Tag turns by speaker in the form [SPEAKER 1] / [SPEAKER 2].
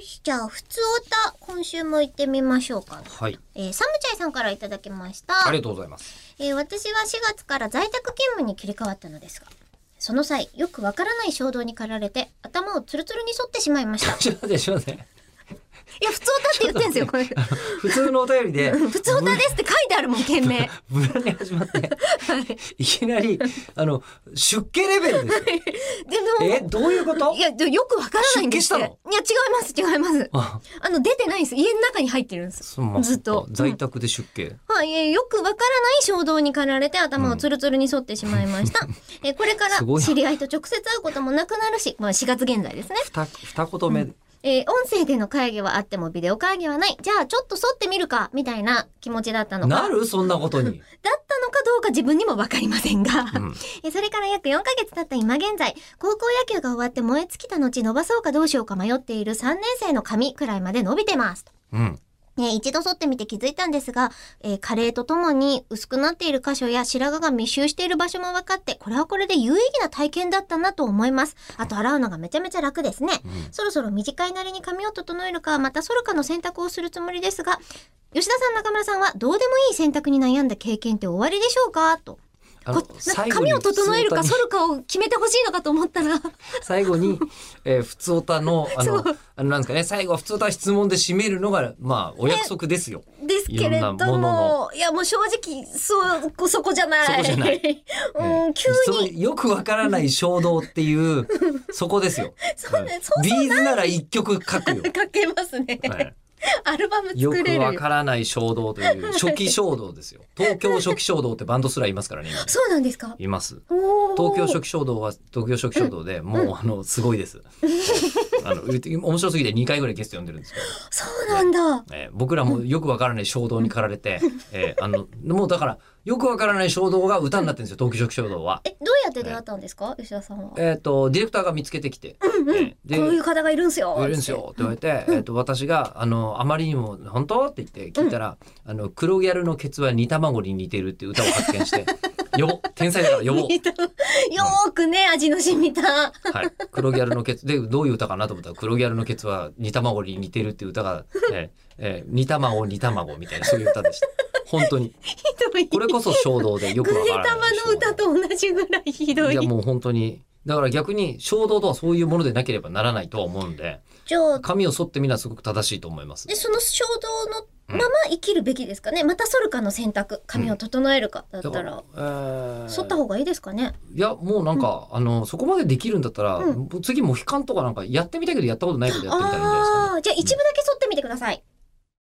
[SPEAKER 1] し、じゃあ、普通おた、今週も行ってみましょうか。
[SPEAKER 2] はい。
[SPEAKER 1] えーサムチャイさんからいただきました。
[SPEAKER 2] ありがとうございます。
[SPEAKER 1] えー私は4月から在宅勤務に切り替わったのですが、その際、よくわからない衝動に駆られて、頭をツルツルに反ってしまいま した。い
[SPEAKER 2] ちょっと待って、ちょっと待 って。
[SPEAKER 1] や、普通おたって言ってんですよ、これ。
[SPEAKER 2] 普通のお便りで、
[SPEAKER 1] 普通おたですって書いてあるもん、懸 命。
[SPEAKER 2] ブラに始まって、 いきなり、あの、出家レベ ルですよ。
[SPEAKER 1] で
[SPEAKER 2] え、
[SPEAKER 1] も、
[SPEAKER 2] どういうこと
[SPEAKER 1] いや、でよくわからないんですって。い
[SPEAKER 2] 出
[SPEAKER 1] や、
[SPEAKER 2] 家
[SPEAKER 1] 違
[SPEAKER 2] し
[SPEAKER 1] います、違います。
[SPEAKER 2] あ
[SPEAKER 1] あの、出てないんです。家の中に入ってるんです。
[SPEAKER 2] そうまあ
[SPEAKER 1] ずっと
[SPEAKER 2] そか在宅で出家。
[SPEAKER 1] はい、えーよくわからない衝動に駆られて頭をツルツルに反ってしまいま した。えーこれから
[SPEAKER 2] すごいな
[SPEAKER 1] 知り合いと直接会うこともなくなるし、まあ4月現在ですね。
[SPEAKER 2] 二、二言目。
[SPEAKER 1] えー音声での会議はあってもビデオ会議はない。じゃあちょっと反ってみるか、みたいな気持ちだったのか。
[SPEAKER 2] なるそんなこと に。
[SPEAKER 1] だったのかどうか自分にもわかりませんが、
[SPEAKER 2] ん
[SPEAKER 1] えそれから約4ヶ月経った今現在、高校野球が終わって燃え尽きた後伸ばそうかどうしようか迷っている3年生の髪くらいまで伸びてます。
[SPEAKER 2] うん。
[SPEAKER 1] ね、一度剃ってみて気づいたんですが、えー加齢とともに薄くなっている箇所や白髪が密集している場所も分かって、これはこれで有意義な体験だったなと思います。あと洗うのがめちゃめちゃ楽ですね。そろそろ短いなりに髪を整えるか、また剃るかの選択をするつもりですが、吉田さん、中村さんはどうでもいい選択に悩んだ経験って終わりでしょうかと。
[SPEAKER 2] あ
[SPEAKER 1] こなんか髪を整えるか
[SPEAKER 2] 普通
[SPEAKER 1] 剃
[SPEAKER 2] オタに
[SPEAKER 1] るかを決めてほしいのかと思ったら、
[SPEAKER 2] 最後に、えー、普通おたの、あの
[SPEAKER 1] そ、
[SPEAKER 2] あの、なんですかね、最後、普通おた質問で締めるのが、まあ、お約束ですよ。
[SPEAKER 1] ですけれど
[SPEAKER 2] いろ
[SPEAKER 1] も、
[SPEAKER 2] んなも
[SPEAKER 1] いやもう正直、そう、こそこじゃない。
[SPEAKER 2] そこじゃな
[SPEAKER 1] うん、急
[SPEAKER 2] そ
[SPEAKER 1] に
[SPEAKER 2] の。よくわからない衝動って いう、そこですよ。
[SPEAKER 1] そうね
[SPEAKER 2] はい
[SPEAKER 1] そうそう
[SPEAKER 2] ビーズなら一曲書くよ。
[SPEAKER 1] かけますね。
[SPEAKER 2] はい
[SPEAKER 1] アルバム
[SPEAKER 2] よ
[SPEAKER 1] 作
[SPEAKER 2] く
[SPEAKER 1] れ
[SPEAKER 2] わ
[SPEAKER 1] るよ。
[SPEAKER 2] からない衝動という、初期衝動ですよ。東京初期衝動ってバンドすらいますからね、今ね
[SPEAKER 1] そうなんですか。
[SPEAKER 2] います。
[SPEAKER 1] 東
[SPEAKER 2] 東京初期衝動は東京初期衝動で、もう、あの、すごいです。あの、言って面白すぎて2回ぐらいゲスト呼んでるんですけど。
[SPEAKER 1] そうなんだ。
[SPEAKER 2] えー僕らもよくわからない衝動に駆られて、えーあの、もうだから、よくわからない衝動が歌になってるんですよ、東京初期衝動は。
[SPEAKER 1] え、どうやって出会ったんですか、吉田さんは。こ
[SPEAKER 2] えっ、と、ディレクターが見つけてきて、えー
[SPEAKER 1] う
[SPEAKER 2] で
[SPEAKER 1] いう方がいるんすよ。
[SPEAKER 2] いるんですよって言われて、えっと私があのあまりにも「本当?」って言って聞いたら、あの黒ギャルのケツは煮卵に似てるっていう歌を発 見して「よ天才だから呼ぼう
[SPEAKER 1] 似た よーくね、味の染みた。」
[SPEAKER 2] はい「黒ギャルのケツ」でどういう歌かなと思ったら「黒ギャルのケツは煮卵に似てる」っていう歌が「えーえー煮卵煮卵」みたいなそういう歌でした本当に
[SPEAKER 1] ひどい。
[SPEAKER 2] これこそ衝動でよく
[SPEAKER 1] グ
[SPEAKER 2] わ
[SPEAKER 1] レ
[SPEAKER 2] からない
[SPEAKER 1] タマの歌と同じぐらいひど
[SPEAKER 2] い
[SPEAKER 1] い。
[SPEAKER 2] やもう本当にだから逆に衝動とはそういうものでなければならないとは思うんで
[SPEAKER 1] じゃあ、
[SPEAKER 2] 髪を剃ってみるのはすごく正しいと思います
[SPEAKER 1] で、その衝動のまま生きるべきですかね。また剃るかの選択。髪を整えるかだった
[SPEAKER 2] だからら、、えー
[SPEAKER 1] 剃った方がいいですかね。
[SPEAKER 2] いや、もうなんか、あの、そこまでできるんだったら、
[SPEAKER 1] うん
[SPEAKER 2] 次モヒカンとかなんかやってみたいけどやったことないけどやってみたらいいんじゃないですか、ね。
[SPEAKER 1] ああー、じゃあ一部だけ剃ってみてください。